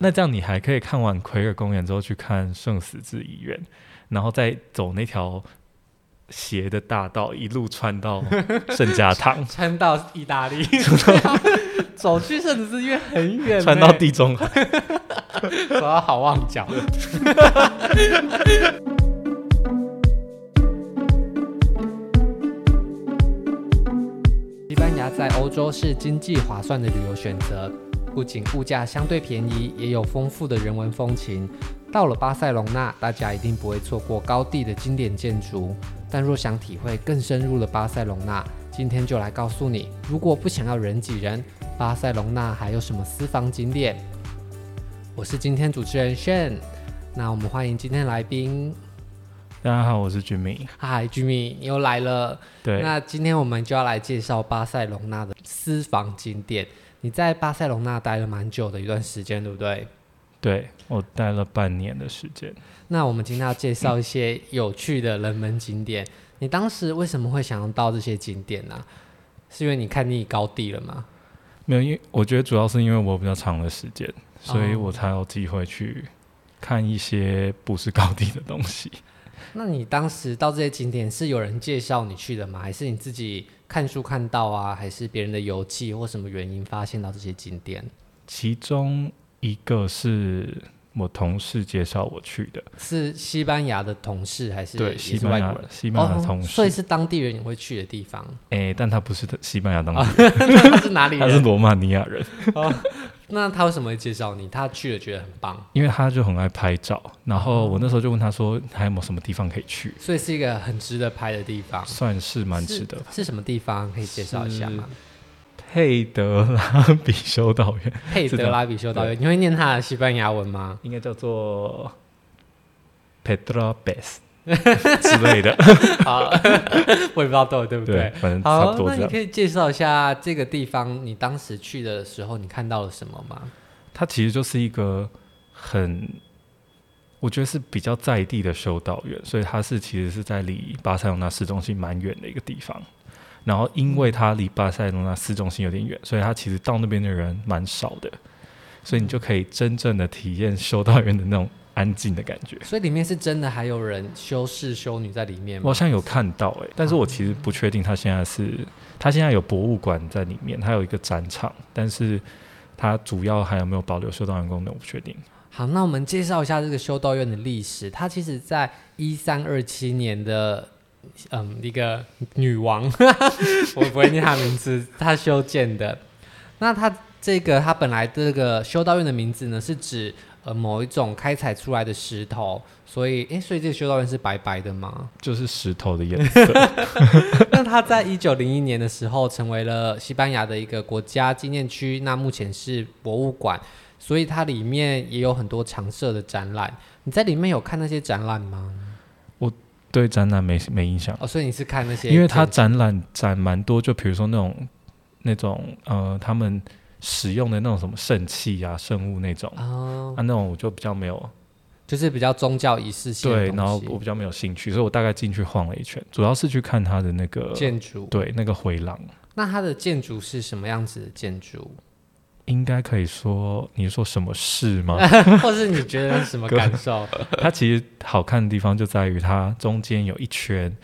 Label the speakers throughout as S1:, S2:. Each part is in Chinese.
S1: 那这样你还可以看完奎尔公园之后去看圣十字医院，然后再走那条斜的大道，一路穿到圣家 堂，
S2: 穿到意 大利， 走去甚至是因为很远呢，欸
S1: 穿到地中海。
S2: 走到好望角。 西班牙在欧洲是经济划算的旅游选择，不仅物价相对便宜，也有丰富的人文风情。到了巴塞隆纳，大家一定不会错过高地的经典建筑。但若想体会更深入的巴塞隆纳，今天就来告诉你，如果不想要人挤人，巴塞隆纳还有什么私房景点？我是今天主持人炫，那我们欢迎今天来宾，
S1: 大家好，我是 Jimmy。
S2: 嗨，Jimmy，你又来了。
S1: 对，
S2: 那今天我们就要来介绍巴塞隆纳的私房景点。你在巴塞隆纳待了蛮久的一段时间，对不对？
S1: 对我待了半年的时间。
S2: 那我们今天要介绍一些有趣的人文景点。你当时为什么会想要到这些景点呢、是因为你看腻高地了吗？
S1: 没有，因为我觉得主要是因为我有比较长的时间，所以
S2: 哦
S1: 我才有机会去看一些不是高地的东西。
S2: 那你当时到这些景点是有人介绍你去的吗？还是你自己看书看到啊？还是别人的游记或什么原因发现到这些景点？
S1: 其中一个是我同事介绍我去的，
S2: 是西班牙的同事还是
S1: 对，
S2: 也
S1: 西
S2: 是
S1: 班
S2: 外国
S1: 牙
S2: 人？
S1: 西班牙同
S2: 哦，
S1: 事
S2: 所以，是当地人也会去的地方。
S1: 诶，但他不是西班牙当地人，
S2: 那他是哪里
S1: 他是
S2: 人？
S1: 罗马尼亚人，
S2: 那他为什么会介绍你？他去了觉得很棒，
S1: 因为他就很爱拍照。然后我那时候就问他说，还有没有什么地方可以去？
S2: 所以是一个很值得拍的地方，
S1: 算是蛮值得。
S2: 是。是什么地方？可以介绍一下吗？
S1: 佩德拉比修道院
S2: 佩德拉比修道院，你会念他的西班牙文吗？
S1: 应该叫 做 Pedra Bes 之类 的，
S2: 好，我也不知道对对不
S1: 对
S2: 对，。
S1: 反正差
S2: 好
S1: 不，多这
S2: 那你
S1: 样。
S2: 可以介绍一下这个地方，你当时去的时候你看到了什么吗？
S1: 它其实就是一个很，我觉得是比较在地的修道院，所以它是其实是在离巴塞罗那市中心蛮远的一个地方。然后因为它离巴塞罗那市中心有点远，所以它其实到那边的人蛮少的，所以你就可以真正的体验修道院的那种安静的感觉。
S2: 所以里面是真的还有人修士修女在里面
S1: 我好
S2: 吗？
S1: 像有看到哎、但是我其实不确定它现在是，它现在有博物馆在里面，它有一个展场，但是它主要还有没有保留修道院功能，我不确定。
S2: 好，那我们介绍一下这个修道院的历史。它其实在一三二七年的，嗯，一个女王， 我不会念她名字，她修建的。那它这个，它本来这个修道院的名字呢，是指呃某一种开采出来的石头，所以，诶，所以这个修道院是白白的吗？
S1: 就是石头的颜 色，
S2: 那它在一九零一年的时候成为了西班牙的一个国家纪念区，那目前是博物馆，所以它里面也有很多常设的展览。你在里面有看那些展览吗？
S1: 对展览没没影响，
S2: 哦，所以你是看那些，
S1: 嗯因为它展览展蛮多，就比如说那种那种呃，他们使用的那种什么圣器啊、圣物那种啊，
S2: 哦，
S1: 那种我就比较没有
S2: 就是比较宗教仪式性的
S1: 对，
S2: 东
S1: 然后
S2: 西
S1: 我比较没有兴趣，所以我大概进去晃了一圈，主要是去看它的那 个
S2: 建筑。
S1: 对那个回廊。
S2: 那它的建筑是什么样子的 建筑，
S1: 应该可以说，你说什么事 吗？
S2: 或是你觉得是什么感受？
S1: 它其实好看的地方就在于它中间有一圈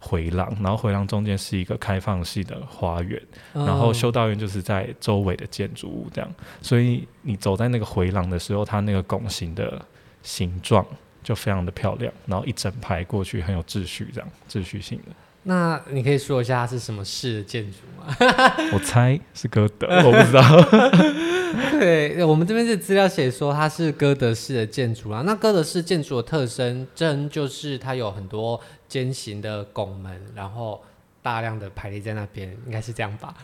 S1: 回廊，然后回廊中间是一个开放式的花园， 然后
S2: 嗯
S1: 修道院就是在周围的建筑物这样，所以你走在那个回廊的时候，它那个拱形的形状就非常的漂亮，然后一整排过去很有秩序，这样秩序性的。
S2: 那你可以说一下它是什么式的建筑吗？
S1: 我猜是歌德， 我不知道。
S2: 对我们这边是资料写说它是哥德式的建筑啊，那哥德式建筑的特征真就是它有很多尖形的拱门，然后大量的排列在那边，应该是这样吧。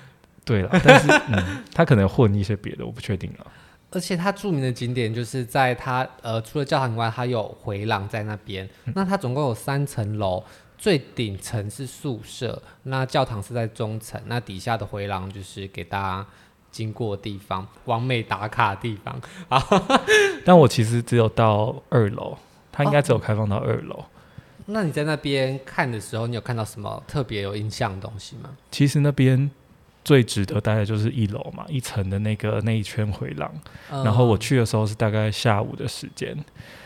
S1: 对了，但是嗯，他可能混一些别的，我不确定了。
S2: 而且它著名的景点就是在它呃，除了教堂以外，它有回廊在那边。那它总共有三层楼，最顶层是宿舍，那教堂是在中层，那底下的回廊就是给大家经过的地方，完美打卡的地方。
S1: 但我其实只有到二楼，它应该只有开放到二楼。
S2: 那你在那边看的时候，你有看到什么特别有印象的东西吗？
S1: 其实那边最值得待的就是一楼嘛，一层的那个那一圈回廊。
S2: 嗯
S1: 然后我，去的时候是大概下午的时间，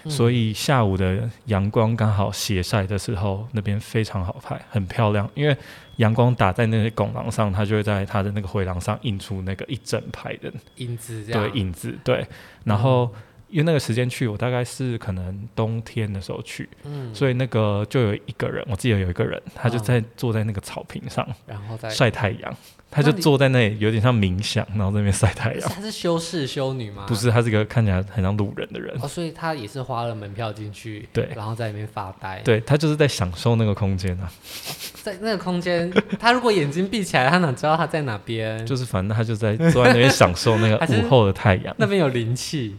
S1: 所
S2: 以
S1: 以下午的阳光刚好斜晒的时候，那边非常好拍，很漂亮。因为阳光打在那些拱廊上，它就会在它的那个回廊上映出那个一整排的
S2: 呃影子这样
S1: 对影子。对，然后因为那个时间去，我大概是可能冬天的时候去，
S2: 嗯，
S1: 所以那个就有一个人，我记得有一个人，他就
S2: 嗯
S1: 在坐在那个草坪上
S2: 然后再
S1: 晒太阳，他就
S2: 那你
S1: 坐在那里有点像冥想，然后在那边晒太
S2: 是
S1: 阳。
S2: 她是修士修女吗？
S1: 不是，他是个看起来很像路人的人，
S2: 哦，所以她也是花了门票进去，
S1: 对
S2: 然后在里面发呆。
S1: 对他就是在享受那个空间啊，
S2: 在那个空间，她如果眼睛闭起来，她哪知道她在哪边？
S1: 就是反正他就在坐在那边享受 那个
S2: 还是
S1: 午后的太阳，
S2: 那边有灵气，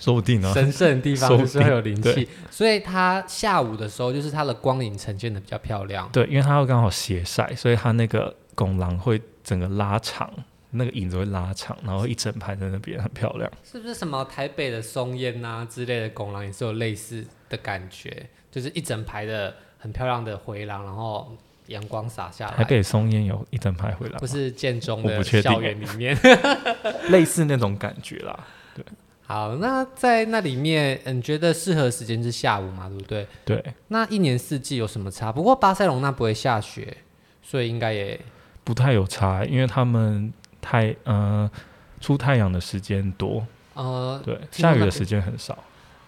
S1: 说不定呢、
S2: 神圣的地方
S1: 说
S2: 就
S1: 不
S2: 是会
S1: 定
S2: 有灵气，所以她下午的时候，就是她的光影呈现的比较漂亮。
S1: 对，因为他会刚好斜晒，所以他那个拱廊会整个拉长，那个影子会拉长，然后一整排在那边很漂 亮。
S2: 是不是什么台北的松烟啊之类的拱廊也是有类似的感觉？就是一整排的很漂亮的回廊，然后阳光洒下
S1: 台
S2: 来，
S1: 北松烟有一整排回廊
S2: 不，是建中
S1: 我
S2: 的
S1: 啊不确定
S2: 校园里面。
S1: 类似那种感觉啦。
S2: 好，那在那里面，嗯你觉得适合的时间是下午嘛？对不对？
S1: 对，
S2: 那一年四季有什么差？不过巴塞隆那不会下雪，所以应该也
S1: 不太有差，因为他们太呃出太阳的时间多，
S2: 呃，
S1: 对，
S2: 听说
S1: 下雨
S2: 那
S1: 的
S2: 边
S1: 时间很少。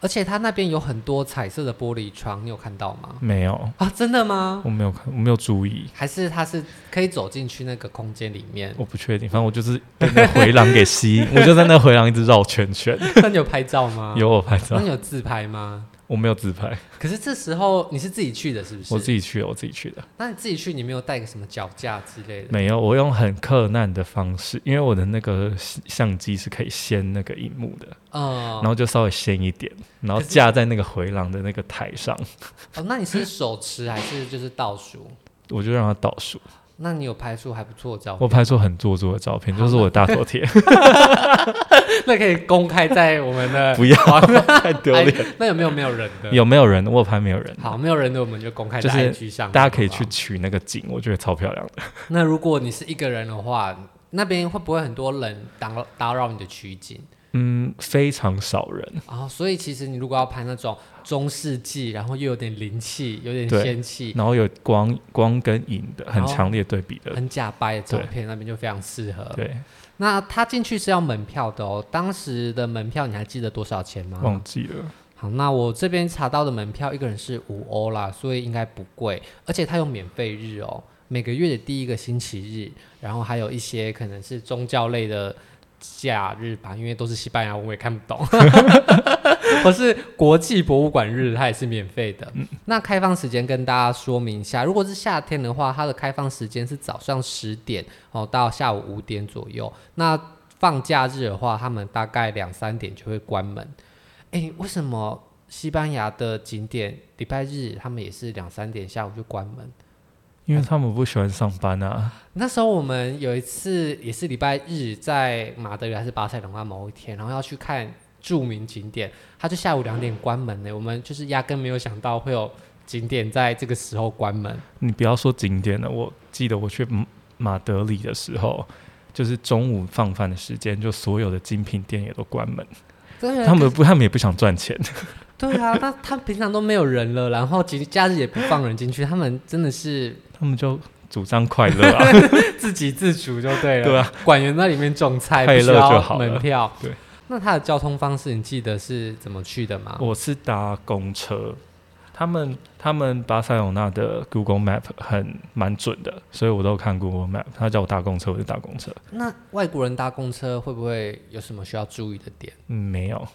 S2: 而且它那边有很多彩色的玻璃窗，你有看到吗？
S1: 没有，
S2: 啊，真的吗？
S1: 我没有看，我没有注意。
S2: 还是它是可以走进去那个空间里面？
S1: 我不确定，反正我就是被那个回廊给吸引，我就在那个回廊一直绕圈圈。
S2: 那你有拍照吗？
S1: 有我拍照
S2: 那，你有自拍吗？
S1: 我没有自拍，
S2: 可是这时候你是自己去的，是不是？
S1: 我自。己去的，我自己去的。
S2: 那你自己去，你没有带个什么脚架之类的？
S1: 没有，我用很克难的方式，因为我的那个相机是可以掀那个荧幕的，
S2: 哦
S1: 然、后就稍微掀一点，然后架在那个回廊的那个台上，
S2: 哦，那你是手持还是就是倒数？
S1: 我就让它倒数。
S2: 那你有拍出还不错的照
S1: 我
S2: 片，
S1: 拍出很做作的照片，就是我的大头贴，
S2: 那可以公开在我们 的
S1: 不要太丢脸。
S2: 哎那有没有没有人的？
S1: 有没有人？我有拍没有人，
S2: 好，没有人的我们就公开
S1: 就
S2: 在
S1: 是
S2: IG 上面，
S1: 大家可以
S2: 好
S1: 去
S2: 不好。
S1: 取那个景，我觉得超漂亮的。
S2: 那如果你是一个人的话，那边会不会很多人打扰打扰你的取景？
S1: 嗯，非常少人。
S2: 啊、所以其实你如果要拍那种中世纪，然后又有点灵气、有点
S1: 对
S2: 仙气、
S1: 然后有光光跟影的很
S2: 哦
S1: 强烈对比的，
S2: 很呃假掰的照
S1: 对
S2: 片，那边就非常适合。
S1: 对，
S2: 那他进去是要门票的哦，当时的门票你还记得多少钱吗？
S1: 忘记了，
S2: 好，那我这边查到的门票一个人是五欧啦，所以应该不贵，而且它有免费日哦，每个月的第一个星期日，然后还有一些可能是宗教类的假日吧，因为都是西班牙文，我也看不懂。我是国际博物馆日，它也是免费的。那开放时间跟大家说明一下，如果是夏天的话，它的开放时间是早上十点哦到下午五点左右。那放假日的话，他们大概两三点就会关门。诶，为什么西班牙的景点礼拜日他们也是两三点下午就关门？
S1: 因为他们不喜欢上班啊。
S2: 那时候我们有一次也是礼拜日，在马德里还是巴塞隆那某一天，然后要去看著名景点，他就下午两点关门呢。我们就是压根没有想到会有景点在这个时候关门。
S1: 你不要说景点了，我记得我去马马德里的时候。就是中午放饭的时间，就所有的精品店也都关门。
S2: 对啊，
S1: 他们不，他们也不想赚钱。
S2: 对啊，那他平常都没有人了，然后节假日也不放人进去，他们真的是
S1: 他们就主张快乐 啊，
S2: 自给自足就对了。
S1: 对啊，
S2: 馆员在里面种菜，
S1: 快
S2: 不
S1: 乐
S2: 需要
S1: 就好了
S2: 门票。
S1: 对，
S2: 那它的交通方式你记得是怎么去的吗？
S1: 我是搭公车，他们他们巴塞罗那的 Google Map 很蛮准的，所以我都看 Google Map。他叫我搭公车，我就搭公车。
S2: 那外国人搭公车会不会有什么需要注意的点？
S1: 嗯，没有，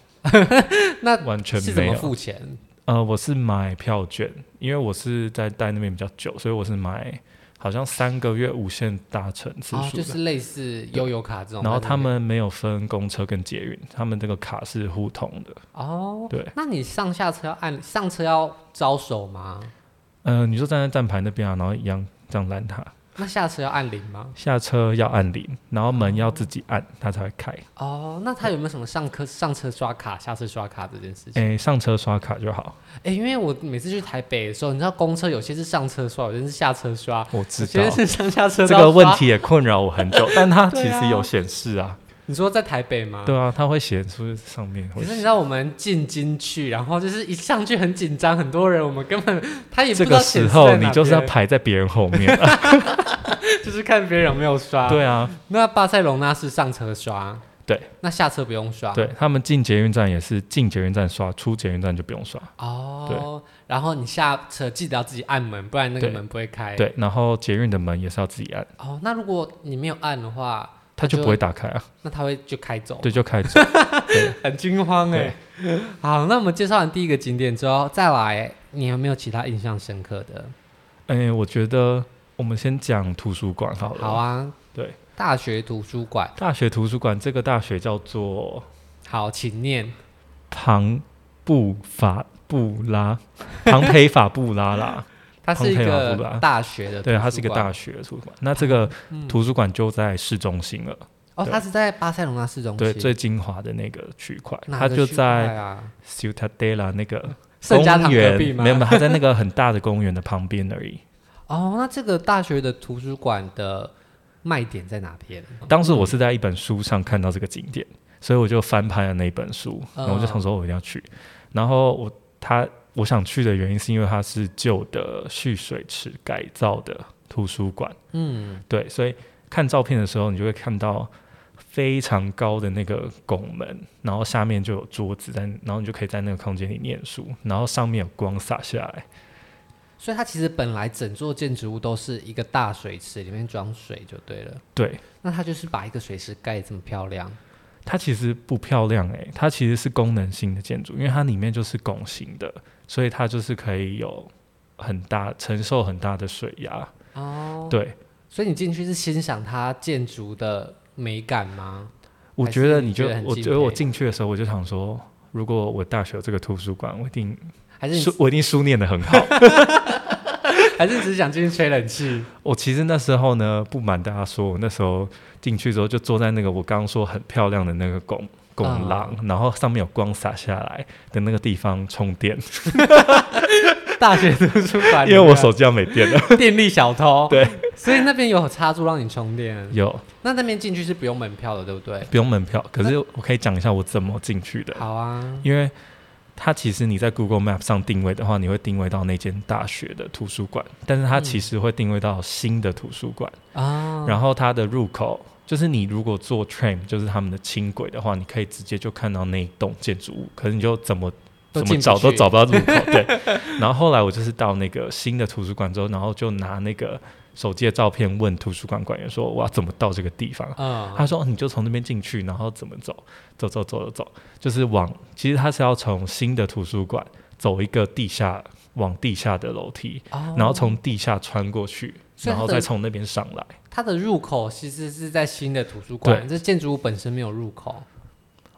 S2: 那
S1: 完全
S2: 是怎
S1: 没
S2: 么
S1: 有。
S2: 付钱？
S1: 呃，我是买票券，因为我是在待那边比较久，所以我是买好像三个月无限搭乘次
S2: 哦，
S1: 数的。
S2: 就是类似悠游卡这种在那边。
S1: 然后他们没有分公车跟捷运，他们这个卡是互通的。
S2: 哦，
S1: 对，
S2: 那你上下车要按上车要招手吗？
S1: 呃，你就站在站牌那边啊，然后一样这样拦他，
S2: 那下车要按铃吗？
S1: 下车要按铃，然后门要自己按，它才会开。
S2: 哦，那他有没有什么上课上车刷卡、下车刷卡这件事情？
S1: 诶，上车刷卡就好。
S2: 哎、因为我每次去台北的时候，你知道公车有些是上车刷，有些是下车刷，
S1: 我
S2: 有
S1: 知
S2: 些
S1: 道
S2: 是上下车
S1: 这
S2: 都要
S1: 个问
S2: 刷。
S1: 题也困扰我很久，但它其
S2: 对啊
S1: 实有显示啊，
S2: 你说在台北吗？
S1: 对啊，它会显示上面会
S2: 可是你
S1: 写。
S2: 知道我们进京去，然后就是一上去很紧张，很多人，我们根本他也不
S1: 这
S2: 知道
S1: 个
S2: 显
S1: 时
S2: 示
S1: 候
S2: 在
S1: 你
S2: 哪
S1: 就是要
S2: 边
S1: 排在别人后面，
S2: 就是看别人有没有刷。，
S1: 对啊，
S2: 那巴塞隆纳是上车刷，
S1: 对，
S2: 那下车不用刷。
S1: 对他们进捷运站也是进捷运站刷，出捷运站就不用刷。
S2: 哦，然后你下车记得要自己按门，不然那个
S1: 对
S2: 门不会开。，
S1: 对，然后捷运的门也是要自己按，
S2: 哦，那如果你没有按的话，
S1: 它就哦
S2: 就
S1: 不会打开啊，
S2: 那他会就开走，
S1: 对，就开走。对，
S2: 很惊慌哎、好，那我们介绍完第一个景点之后，再来，你有没有其他印象深刻的？
S1: 哎，我觉得我们先讲图书馆好了。
S2: 好，啊，
S1: 对，
S2: 大学图书馆，
S1: 大学图书馆这个大学叫做
S2: 好，请念。
S1: 庞布法布 拉，庞培法布拉 啦，
S2: 它是一
S1: 蓬佩瓦布
S2: 个
S1: 拉
S2: 大学的，
S1: 啊对，它是一个大。学图书馆。那这个
S2: 嗯
S1: 图书馆就在市中心了，
S2: 哦，
S1: 对
S2: 它是在巴塞隆纳市中心，
S1: 对，最精华的那个区块，
S2: 哪
S1: 它
S2: 个
S1: 就
S2: 区块
S1: 在
S2: 啊
S1: Ciutadella 那个
S2: 圣
S1: 公
S2: 家堂隔
S1: 园，
S2: 壁吗？
S1: 没有，没有它在那个很大的公园的旁边而 已。
S2: 哦，那这个大学的图书馆的卖点在哪边？
S1: 当时我是在一本书上看到这个景点，所以我就翻拍了那一本书，
S2: 嗯
S1: 然后我就想说我一定要去。然后我它我想去的原因是因为它是旧的蓄水池改造的图书馆，
S2: 嗯，
S1: 对，所以看照片的时候你就会看到。非常高的那个拱门，然后下面就有桌子在，然后你就可以在那个空间里念书，然后上面有光洒下来，
S2: 所以它其实本来整座建筑物都是一个大水池，里面装水就对了。
S1: 对，
S2: 那它就是把一个水池盖得这么漂亮，
S1: 它其实不漂亮诶、它其实是功能性的建筑，因为它里面就是拱形的，所以它就是可以有很大承受很大的水压。
S2: 哦，
S1: 对，
S2: 所以你进去是欣赏它建筑的美感吗？
S1: 我觉得
S2: 你
S1: 你
S2: 觉
S1: 就
S2: 得很
S1: 我
S2: 敬
S1: 觉得我
S2: 佩
S1: 进去的时候我就想说，如果我大学有这个图书馆，我一定
S2: 还是
S1: 书
S2: 你
S1: 我一定书念的很 好。
S2: 还是你只是想进去吹 冷气？
S1: 我其实那时候呢，不瞒大家说，我那时候进去之后就坐在那个我刚刚说很漂亮的那个拱拱廊，
S2: 嗯
S1: 然后上面有光洒下来的那个地方充电，
S2: 大学图书馆里面，
S1: 因为我手机要没电 了。
S2: 电力小偷，
S1: 对，
S2: 所以那边有插座让你充电。
S1: 有。
S2: 那那边进去是不用门票的，对不对？
S1: 不用门票，可是我可以讲一下我怎么进去的，
S2: 好啊，
S1: 因为它其实你在 Google Map 上定位的话，你会定位到那间大学的图书馆，但是它其实会定位到新的图书馆，
S2: 啊，
S1: 然后它的入口就是你如果坐 train 就是他们的轻轨的话，你可以直接就看到那一栋建筑物，可是你就怎么。
S2: 都
S1: 怎么
S2: 进不
S1: 找都
S2: 去
S1: 找不到入口， 对。然后后来我就是到那个新的图书馆之后，然后就拿那个手机的照片问图书馆馆员说：“我要怎么到这个地方？”
S2: 嗯，
S1: 他说哦你就从那边进去，然后怎么走，走走走走走，就是往，其实他是要从新的图书馆走一个地下，往地下的楼梯，
S2: 哦
S1: 然后从地下穿过去，
S2: 所以
S1: 然
S2: 它
S1: 后
S2: 的
S1: 再从那边上来。
S2: 它的入口其实是在新的图书馆，这建筑物本身没有入口。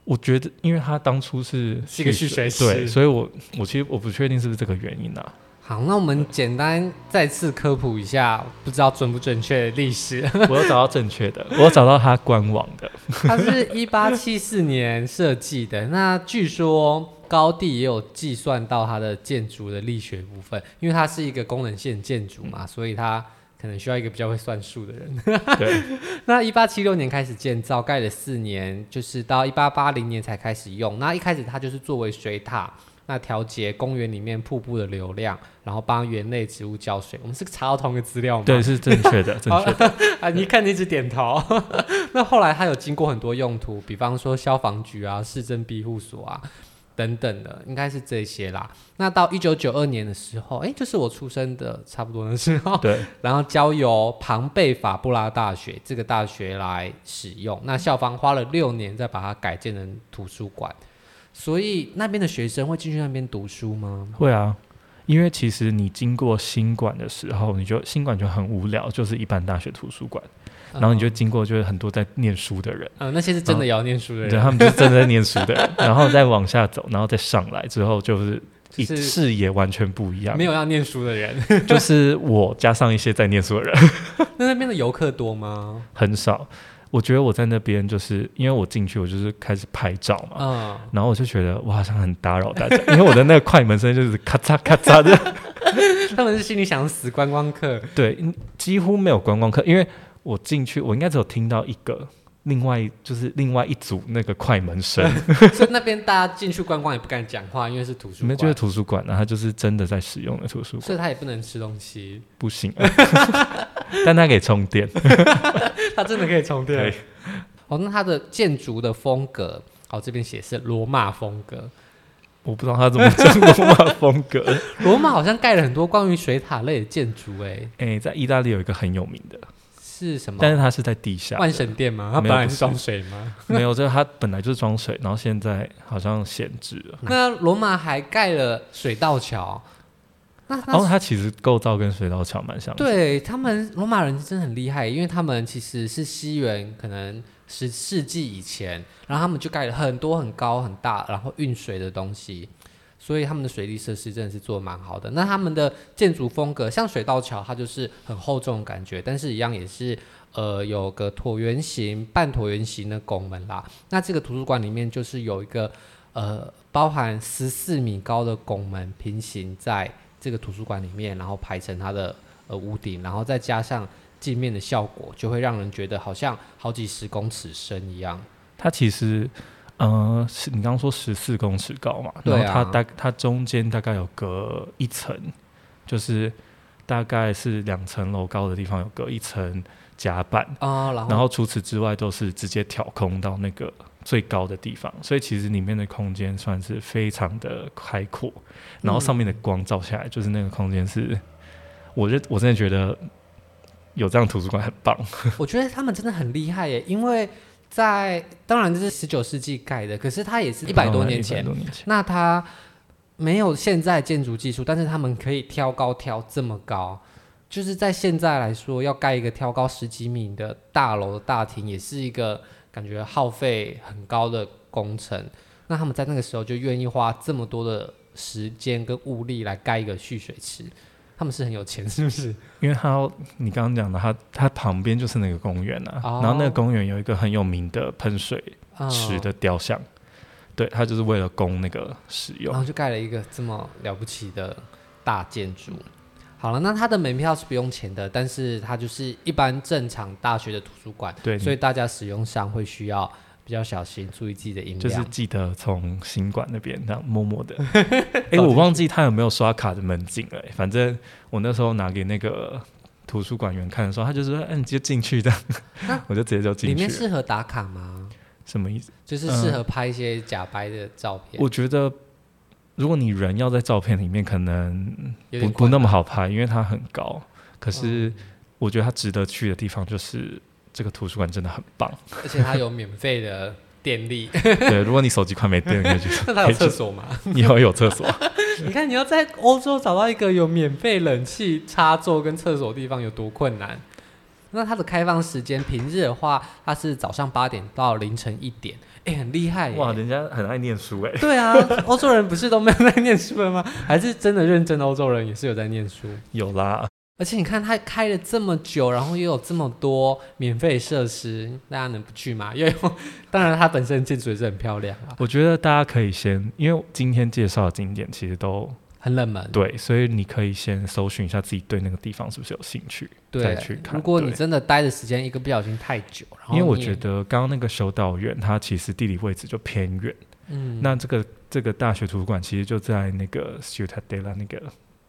S1: 我觉得，因为他当初是
S2: 是一个蓄水池
S1: 对，所以我我其实我不确定是不是这个原因啊。
S2: 好，那我们简单再次科普一下，不知道准不准确的 历史。
S1: 我有找到正确的，我有找到他官网的，
S2: 它是一八七四年设计的，那据说高地也有计算到它的建筑的力学部分，因为它是一个功能性建筑嘛，所以它可能需要一个比较会算数的人。
S1: 对，
S2: 那一八七六年开始建造，盖了四年，就是到一八八零年才开始用。那一开始它就是作为水塔，那调节公园里面瀑布的流量，然后帮园类植物浇水。我们是查到同一个资料吗？
S1: 对，是正确的，正确的，
S2: 啊，你看你一直点头。 那后来它有经过很多用途，比方说消防局啊、市政庇护所啊等等的，应该是这些啦。那到一九九二年的时候，哎，就是我出生的差不多的时候，
S1: 对，
S2: 然后交由庞贝法布拉大学这个大学来使用。那校方花了六年再把它改建成图书馆，所以那边的学生会进去那边读书吗？
S1: 会啊。因为其实你经过新馆的时候，你就新馆就很无聊，就是一般大学图书馆。然后你就经过就是很多在念书的人，
S2: 嗯嗯，嗯，那些是真的也要念书的
S1: 对，
S2: 人，
S1: 他们就是真的在念书的人，然后再往下走，然后再上来之后就是一啊
S2: 就是
S1: 视野完全不一样
S2: 没。有要念书的人。
S1: 就是我加上一些在念书的人
S2: 那那边的游客多吗？
S1: 很少。我觉得我在那边就是因为我进去，我就是开始拍照嘛，
S2: 嗯，
S1: 然后我就觉得我好像很打扰大家，因为我的那个快门声就是咔嚓咔嚓的。
S2: 他们是心里想死观光客。
S1: 对，嗯几乎没有观光客，因为我进去，我应该只有听到一个，另外就是另外一组那个快门声，
S2: 所以那边大家进去观光也不敢讲话，因为是图
S1: 你
S2: 书
S1: 们就是
S2: 馆，
S1: 图书馆、啊，然后就是真的在使用的图书馆，
S2: 所以他也不能吃东西。
S1: 不 行、 啊，但它可以充电。
S2: 它真的可以充电
S1: 对。
S2: 哦，那它的建筑的风格，哦，这边写是罗马风格。
S1: 我不知道它怎么中国化风格。
S2: 罗马好像盖了很多关于水塔类的建筑，哎，
S1: 哎、在意大利有一个很有名的，
S2: 是什么？
S1: 但是它是在地下的，
S2: 万神殿吗？它
S1: 没
S2: 本
S1: 有
S2: 来
S1: 不
S2: 是
S1: 是
S2: 装水吗？
S1: 没有，这它本来就是装水，然后现在好像闲置了。
S2: 那罗马还盖了水道桥。那那
S1: 然后它其实构造跟水道桥蛮像的，
S2: 对他们罗马人真的很厉害，因为他们其实是西元可能十世纪以前，然后他们就盖了很多很高很大，然后运水的东西，所以他们的水利设施真的是做得蛮好的。那他们的建筑风格，像水道桥，它就是很厚重的感觉，但是一样也是呃有个椭圆形、半椭圆形的拱门啦。那这个图书馆里面就是有一个呃包含十四米高的拱门平行在这个图书馆里面，然后排成它的呃屋顶，然后再加上镜面的效果，就会让人觉得好像好几十公尺深一样。
S1: 它其实，呃，是你刚刚说十四公尺高嘛，
S2: 对啊
S1: 然后它大它中间大概有隔一层，就是大概是两层楼高的地方有隔一层甲板，
S2: 啊、然后
S1: 然后除此之外都是直接挑空到那个最高的地方，所以其实里面的空间算是非常的开阔，然后上面的
S2: 嗯
S1: 光照下来，就是那个空间是，我认我真的觉得有这样图书馆很棒，
S2: 我觉得他们真的很厉害耶，因为在当然这是十九世纪盖的，可是它也是一哦百多年
S1: 一百
S2: 前，
S1: 多年前，
S2: 那它没有现在建筑技术，但是他们可以挑高挑这么高。就是在现在来说，要盖一个挑高十几米的大楼的大厅，也是一个感觉耗费很高的工程。那他们在那个时候就愿意花这么多的时间跟物力来盖一个蓄水池，他们是很有钱，是不是？
S1: 因为它要你刚刚讲的，它它旁边就是那个公园啊，
S2: 哦
S1: 然后那个公园有一个很有名的喷水
S2: 啊
S1: 池的雕像，对，它就是为了供那个使用
S2: 然。后就盖了一个这么了不起的大建筑。好了，那它的门票是不用钱的，但是它就是一般正常大学的图书馆，
S1: 对
S2: 所以大家使用上会需要比较小心，注意自己的音量。
S1: 就是记得从新馆那边这样默默的， 哎、我忘记他有没有刷卡的门禁了、诶反正我那时候拿给那个图书馆员看的时候，他就说：“嗯、你就进去的。
S2: 那”
S1: 我就直接就
S2: 啊里
S1: 进去
S2: 面
S1: 了。
S2: 适合打卡吗？
S1: 什么意思？
S2: 就是适合拍一些假白的照片，
S1: 我觉得如果你人要在照片里面，可能不
S2: 有点
S1: 不
S2: 困
S1: 那
S2: 难哦
S1: 么好拍，因为它很高。可是我觉得它值得去的地方就是这个图书馆真的很棒。
S2: 而且它有免费的电力。
S1: 对，如果你手机快没电，可以去
S2: 那它有
S1: 可以
S2: 厕
S1: 去，
S2: 所吗？
S1: 以后有厕所。
S2: 你看，你要在欧洲找到一个有免费冷气插座跟厕所的地方有多困难？那它的开放时间，平日的话，它是早上八点到凌晨一点， 哎、很厉害耶！
S1: 哇，人家很爱念书哎、
S2: 对啊，欧洲人不是都没有在念书了吗？还是真的认真的欧洲人也是有在念书？
S1: 有啦，
S2: 而且你看，它开了这么久，然后又有这么多免费设施，大家能不去吗？因为当然它本身建筑也是很漂亮啊，
S1: 我觉得大家可以先，因为今天介绍的景点其实都
S2: 很冷门。
S1: 对，所以你可以先搜寻一下自己对那个地方是不是有兴趣，再
S2: 对
S1: 去，看。
S2: 如果你
S1: 对
S2: 真的待的时间一个不小心太久，然后
S1: 因为我
S2: 哦你也
S1: 觉得刚刚那个首岛园，它其实地理位置就偏远。
S2: 嗯
S1: 那这个这个大学图书馆其实就在那个 Ciutadella 那个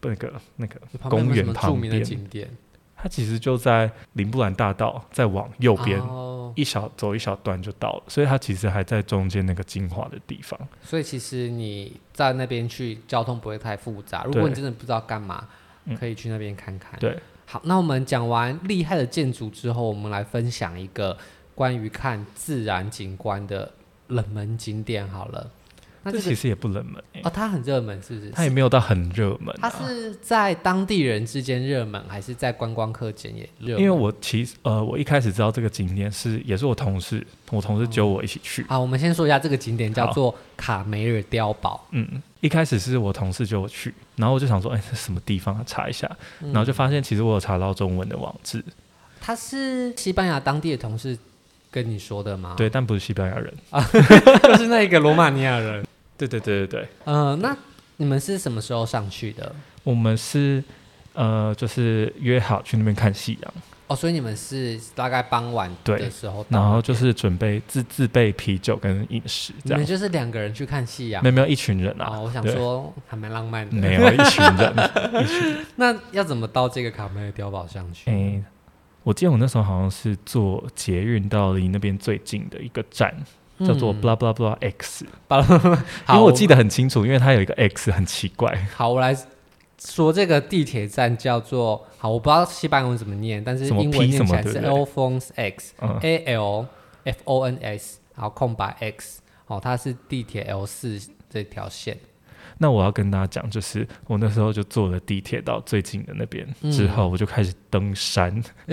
S1: 那个那个，
S2: 旁边有没
S1: 公园
S2: 有什么著
S1: 旁
S2: 名的
S1: 边
S2: 景点
S1: 它其实就在林布兰大道，再往右边、
S2: 哦，
S1: 一小走一小段就到了，所以它其实还在中间那个精华的地方。
S2: 所以其实你在那边去交通不会太复杂。如果
S1: 对
S2: 你真的不知道干嘛，
S1: 嗯
S2: 可以去那边看看。
S1: 对，
S2: 好，那我们讲完厉害的建筑之后，我们来分享一个关于看自然景观的冷门景点好了。那
S1: 这
S2: 这
S1: 其
S2: 个
S1: 实也不冷门、欸
S2: 哦，它很热门是不是？
S1: 它也没有到很热门、
S2: 它
S1: 啊。
S2: 是在当地人之间热门，还是在观光客间也热门？
S1: 因为我其实呃，我一开始知道这个景点是也是我同事，我同事揪我一起去。
S2: 好，我们先说一下这个景点叫
S1: 好
S2: 做卡梅尔碉堡。
S1: 嗯，一开始是我同事揪我去，然后我就想说，哎、这什么地方啊？查一下，然后就发现其实我有查到中文的网址，
S2: 他是西班牙当地的同事跟你说的吗？，
S1: 对，但不是西班牙人。
S2: 就是那个罗马尼亚人。
S1: 对对对对对，
S2: 呃，那你们是什么时候上去的？
S1: 我们是呃，就是约好去那边看夕阳，
S2: 哦，所以你们是大概傍晚
S1: 对
S2: 的时候到那边，
S1: 然后就是准备自自备啤酒跟饮食
S2: 你
S1: 这
S2: 们
S1: 样。
S2: 就是两个人去看夕阳
S1: 没。有没有一群人啊，
S2: 哦，我想
S1: 对
S2: 说还蛮浪漫的。
S1: 没有一群人。
S2: 那要怎么到这个卡梅尔碉堡上 去？
S1: 诶、我记得我那时候好像是坐捷运到离那边最近的一个站，叫做
S2: 嗯
S1: blah blah blah X，、
S2: 巴拉。
S1: 因为
S2: 好，
S1: 我记得很清楚，因为它有一个 X 很奇怪，
S2: 好，我来说这个地铁站叫做好，我不知道西班牙文怎么念，但是
S1: 什么
S2: 英文
S1: P
S2: 念起
S1: 什么
S2: 来是
S1: 对
S2: a
S1: 不对
S2: l p h o n s X
S1: 嗯
S2: A L F O N S，然后空白 X，哦，它是地铁 L 四这条线。
S1: 那我要跟大家讲，就是我那时候就坐了地铁到最近的那边、
S2: 嗯
S1: 之后，我就开始登山。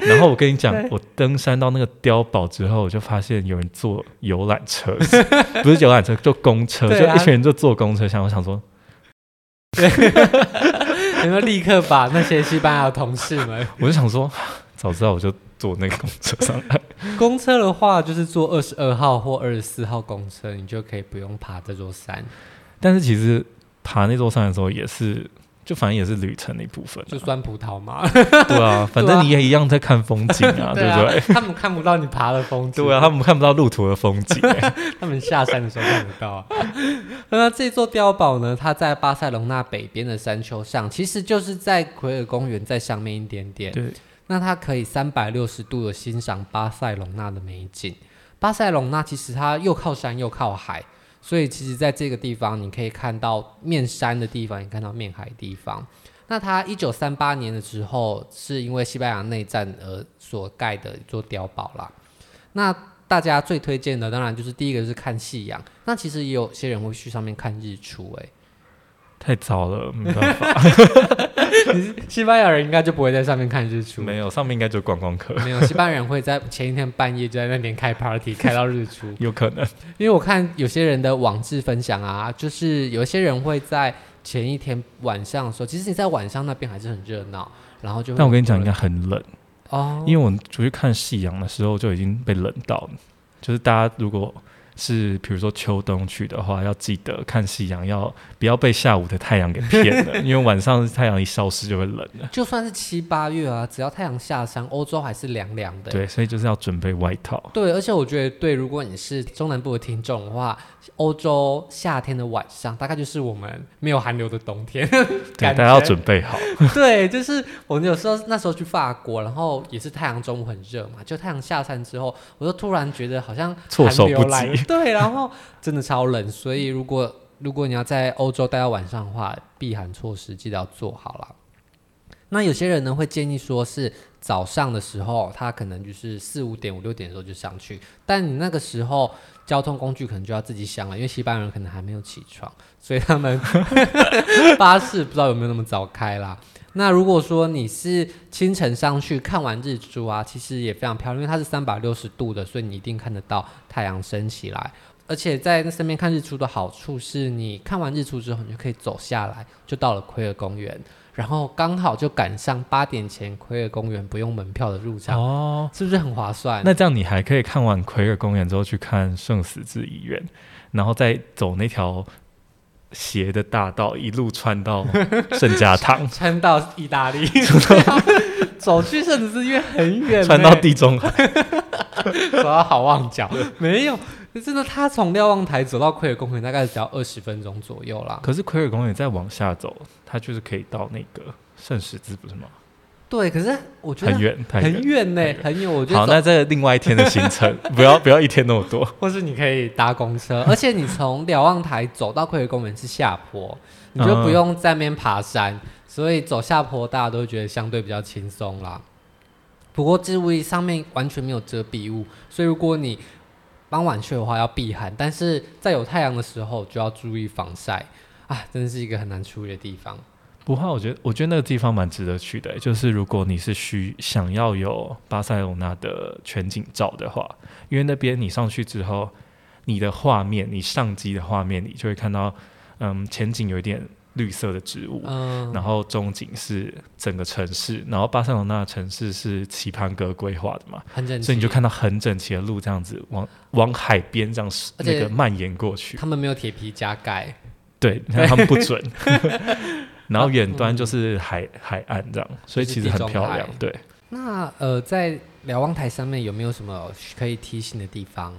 S1: 然后我跟你讲，我登山到那个碉堡之后，我就发现有人坐游览车， 不是游览车，就公车，
S2: 对
S1: 就
S2: 啊
S1: 一群人就坐公车上。我想说，
S2: 有没有立刻把那些西班牙的同事们？
S1: 我就想说，早知道我就坐那个公车上来。
S2: 公车的话，就是坐二十二号或二十四号公车，你就可以不用爬这座山，
S1: 但是其实爬那座山的时候，也是就反正也是旅程的一部分、啊
S2: 就酸葡萄嘛，
S1: 对啊，反正你也一样在看风景啊，对不
S2: 啊
S1: 对？，
S2: 他们看不到你爬的风景，
S1: 对啊，他们看不到路途的风景、欸
S2: 他们下山的时候看不到、啊。那这座碉堡呢？它在巴塞隆纳北边的山丘上，其实就是在奎尔公园再上面一点点。
S1: 对，
S2: 那它可以三百六十度的欣赏巴塞隆纳的美景。巴塞隆纳其实它又靠山又靠海，所以其实在这个地方你可以看到面山的地方，也看到面海的地方。那它一九三八年的时候，是因为西班牙内战而所盖的一座碉堡啦。那大家最推荐的当然就是第一个是看夕阳，那其实也有些人会去上面看日出、欸，
S1: 太早了，没办法，
S2: 西班牙人应该就不会在上面看日出，
S1: 没有上面应该 就是观光 客，
S2: 没有，西班牙人会在前一天半夜就在那边开 party，开到日出。
S1: 有可能。
S2: 因为我看有些人的网志分享啊，就是有些人会在前一天晚上的时候，其实你在晚上那边还是很热闹，然后就会
S1: 但我跟你讲，应该很冷，
S2: 哦，
S1: 因为我出去看夕阳的时候就已经被冷到了。就是大家如果是比如说秋冬去的话，要记得看夕阳，要不要被下午的太阳给骗 了？因为晚上太阳一消失就会冷了。
S2: 就算是七八月啊，只要太阳下山，欧洲还是凉凉的。
S1: 对，所以就是要准备外套。
S2: 对，而且我觉得，对，如果你是中南部的听众的话，欧洲夏天的晚上大概就是我们没有寒流的冬天。
S1: 对，
S2: 感
S1: 大家要
S2: 觉
S1: 准备好。
S2: 对，就是我们有时候那时候去法国，然后也是太阳中午很热嘛，就太阳下山之后，我就突然觉得好像
S1: 措
S2: 寒
S1: 手
S2: 流
S1: 不
S2: 来了
S1: 及
S2: 对，然后真的超冷，所以如果如果你要在欧洲待到晚上的话，避寒措施记得要做好啦。那有些人呢会建议说是早上的时候，他可能就是四五点、五六点的时候就上去，但你那个时候交通工具可能就要自己想了，因为西班牙人可能还没有起床，所以他们 巴士不知道有没有那么早开啦。那如果说你是清晨上去看完日出啊，其实也非常漂亮，因为它是三百六十度的，所以你一定看得到太阳升起来。而且在那身边看日出的好处是，你看完日出之后，你就可以走下来，就到了奎尔公园，然后刚好就赶上八点前奎尔公园不用门票的入场，
S1: 哦，
S2: 是不是很划算？
S1: 那这样你还可以看完奎尔公园之后去看圣十字医院，然后再走那条斜的大道，一路穿到圣家 堂，
S2: 穿到意 大利， 走去甚至是因为很远欸呢，
S1: 穿到地中海。
S2: 走到好望角，没有，真的，他从瞭望台走到奎尔公园大概只要二十分钟左右啦。
S1: 可是奎尔公园再往下走，它就是可以到那个圣十字，不是吗？
S2: 对，可是我觉得
S1: 很远，太
S2: 很
S1: 远。
S2: 远呢
S1: 太，
S2: 很远。我觉
S1: 好，
S2: 得走，
S1: 那这另外一天的行 程，不要不要一天那么多。
S2: 或是你可以搭公车， 而且你从瞭望台走到奎尔公园是下坡，你就不
S1: 嗯
S2: 用在那边爬山，所以走下坡大家都会觉得相对比较轻松啦。不过，注意上面完全没有遮蔽物，所以如果你傍晚去的话要避寒，但是在有太阳的时候就要注意防晒啊，真的是一个很难处理的地方。
S1: 不怕，我觉得我觉得那个地方蛮值得去的欸、就是如果你是需想要有巴塞罗那的全景照的话，因为那边你上去之后，你的画面，你相机的画面，你就会看到，嗯，前景有一点绿色的植物，
S2: 嗯，
S1: 然后中景是整个城市，然后巴塞罗那城市是棋盘格规划的嘛，
S2: 很整齐，
S1: 所以你就看到很整齐的路这样子往往海边这样
S2: 而且
S1: 那个蔓延过去，
S2: 他们没有铁皮加盖，
S1: 对，你看他们不准。然后远端就是海、海岸这样，所以
S2: 嗯就是
S1: 其实很
S2: 地中
S1: 漂
S2: 海
S1: 亮。对，
S2: 那呃，在瞭望台上面有没有什么可以提醒的地方？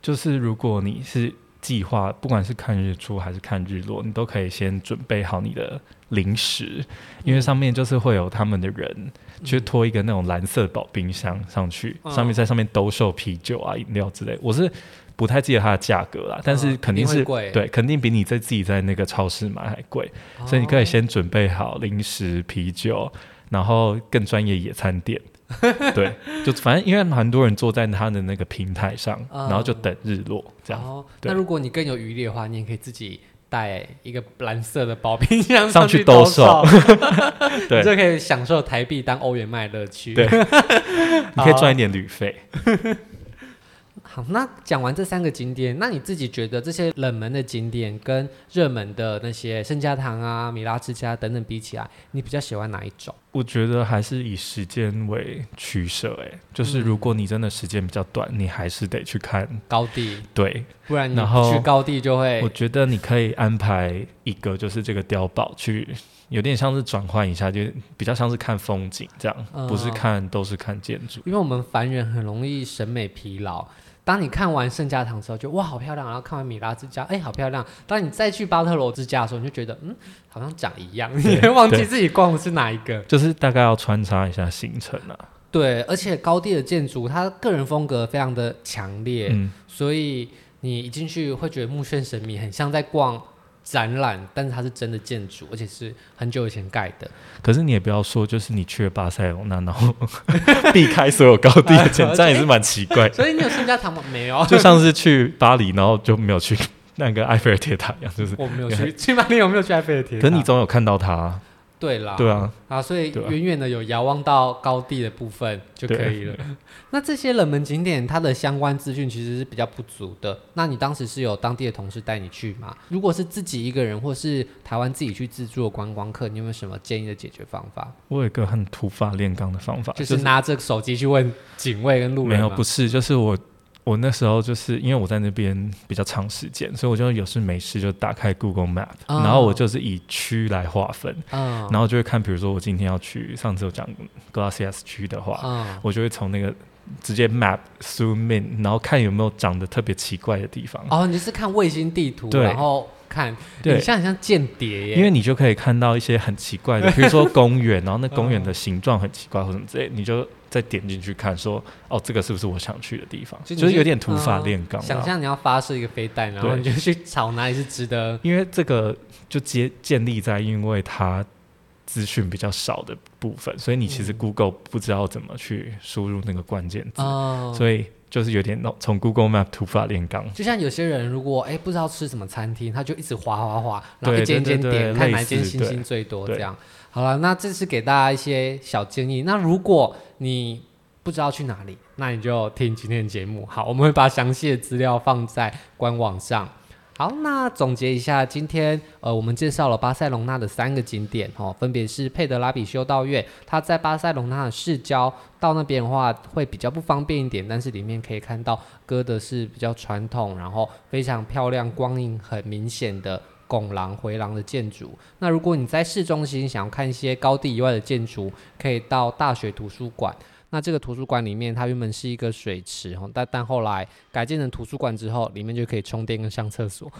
S1: 就是如果你是计划，不管是看日出还是看日落，你都可以先准备好你的零食，因
S2: 嗯
S1: 为上面就是会有他们的人去拖一个那种蓝色保冰箱上去，
S2: 嗯
S1: 上面在上面兜售啤酒啊、饮料之类。我是不太记得它的价格啦，但是
S2: 嗯
S1: 肯定
S2: 一
S1: 是、
S2: 定会贵
S1: 对，肯定比你在自己在那个超市买还贵。所以你可以
S2: 哦
S1: 先准备好零食、啤酒，然后更专业野餐垫。对，就反正因为蛮多人坐在他的那个平台上，
S2: 嗯
S1: 然后就等日落这样。
S2: 哦，
S1: 对
S2: 那如果你更有余力的话，你也可以自己带一个蓝色的薄冰箱
S1: 上去
S2: 去
S1: 兜
S2: 售，
S1: 对
S2: 你就可以享受台币当欧元卖的乐趣。
S1: 对你可以赚一点旅费。
S2: 好，那讲完这三个景点，那你自己觉得这些冷门的景点跟热门的那些圣家堂啊、米拉之家等等比起来，你比较喜欢哪一种？
S1: 我觉得还是以时间为取舍，哎，就是如果你真的时间比较短，你还是得去看。
S2: 高地，
S1: 对，
S2: 不然你
S1: 然后
S2: 去高地就会
S1: 我觉得你可以安排一个，就是这个碉堡去，有点像是转换一下，就比较像是看风景这样，不是
S2: 嗯
S1: 看都是看建筑。
S2: 因为我们凡人很容易审美疲劳。当你看完圣家堂之后，就哇好漂亮，然后看完米拉之家，哎、好漂亮。当你再去巴特罗之家的时候，你就觉得嗯好像长一样， 你会忘记
S1: 对
S2: 自己逛的是哪一个。
S1: 就是大概要穿插一下行程啊。
S2: 对，而且高地的建筑，它个人风格非常的强烈，
S1: 嗯，
S2: 所以你一进去会觉得目眩神迷，很像在逛展览，但是它是真的建筑，而且是很久以前盖的。
S1: 可是你也不要说，就是你去了巴塞罗那，然后 避开所有高地的建
S2: 而
S1: 筑，
S2: 且
S1: 这样也是蛮奇怪 的。
S2: 所以你有圣家堂吗？没有，
S1: 就像是去巴黎，然后就没有去 那个埃菲尔铁塔一样， 就是。
S2: 我没有去，起码你有没有去埃菲尔铁
S1: 可
S2: 塔？
S1: 是你总有看到它啊，
S2: 对啦，
S1: 对啊，
S2: 啊，所以
S1: 对啊
S2: 远远的有遥望到高地的部分就可以了。那这些冷门景点，它的相关资讯其实是比较不足的。那你当时是有当地的同事带你去吗？如果是自己一个人，或是台湾自己去自助的观光客，你有没有什么建议的解决方法？
S1: 我有一个很土法炼钢的方法，
S2: 就
S1: 啊就是
S2: 拿着手机去问警卫跟路
S1: 没
S2: 人吗
S1: 有，不是，就是我我那时候就是因为我在那边比较长时间，所以我就有事没事就打开 Google Map，、
S2: 哦
S1: 然后我就是以区来划分，
S2: 嗯
S1: 然后就会看，比如说我今天要去，上次有讲 Glacias 区的话，
S2: 嗯
S1: 我就会从那个直接 map zoom in，然后看有没有长得特别奇怪的地方。
S2: 哦，你是看卫星地图，
S1: 对
S2: 然后看，欸你
S1: 对，
S2: 像很像间谍耶，
S1: 因为你就可以看到一些很奇怪 的，比如说公园，然后那公园的形状很奇怪或什么之类，你就再点进去看说哦，这个是不是我想去的地方？
S2: 就
S1: 就
S2: 你
S1: 是
S2: 就
S1: 有点土法
S2: 嗯
S1: 炼钢啦。
S2: 想象你要发射一个飞弹，然后
S1: 对
S2: 你就去找哪里是值得
S1: 因为这个就建建立在因为它资讯比较少的部分，所以你其实
S2: 嗯
S1: Google 不知道怎么去输入那个关键字，
S2: 哦。
S1: 所以就是有点那种从 Google Map 土法炼 钢。
S2: 就像有些人如果哎、不知道吃什么餐厅，他就一直划划划，然后
S1: 对
S2: 一间一间
S1: 对对
S2: 点，
S1: 对
S2: 看
S1: 类
S2: 哪间
S1: 似
S2: 星
S1: 对
S2: 星最多这
S1: 对
S2: 样。好了，那这是给大家一些小建议。那如果你不知道去哪里，那你就听今天的节目。好，我们会把详细的资料放在官网上。好，那总结一下，今天呃，我们介绍了巴塞隆纳的三个景点哦，分别是佩德拉比修道院，它在巴塞隆纳的市郊，到那边的话会比较不方便一点，但是里面可以看到哥德式比较传统，然后非常漂亮、光影很明显的拱廊、回廊的建筑。那如果你在市中心想要看一些高地以外的建筑，可以到大学图书馆。那这个图书馆里面，它原本是一个水池哦，但但后来改建成图书馆之后，里面就可以充电跟上厕所。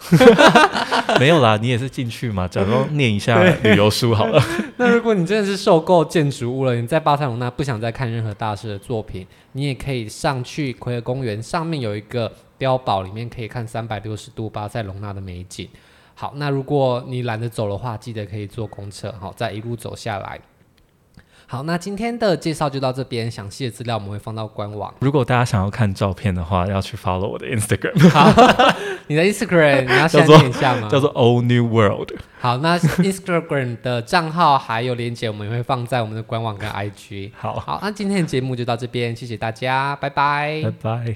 S1: 没有啦，你也是进去嘛，假装念一下旅游书好了。
S2: 那如果你真的是受够建筑物了，你在巴塞隆那不想再看任何大师的作品，你也可以上去奎尔公园，上面有一个碉堡，里面可以看三百六十度巴塞隆纳的美景。好，那如果你懒得走的话，记得可以坐公车，好，再一路走下来。好，那今天的介绍就到这边，详细的资料我们会放到官网。
S1: 如果大家想要看照片的话，要去 follow 我的 Instagram，
S2: 你的 Instagram 你要
S1: 叫
S2: 先
S1: 做
S2: 念一 下吗？
S1: 叫做 Old New World。
S2: 好，那 Instagram 的账号还有链接，我们也会放在我们的官网跟 IG。
S1: 好，
S2: 好，那今天的节目就到这边，谢谢大家，拜拜
S1: 拜。拜。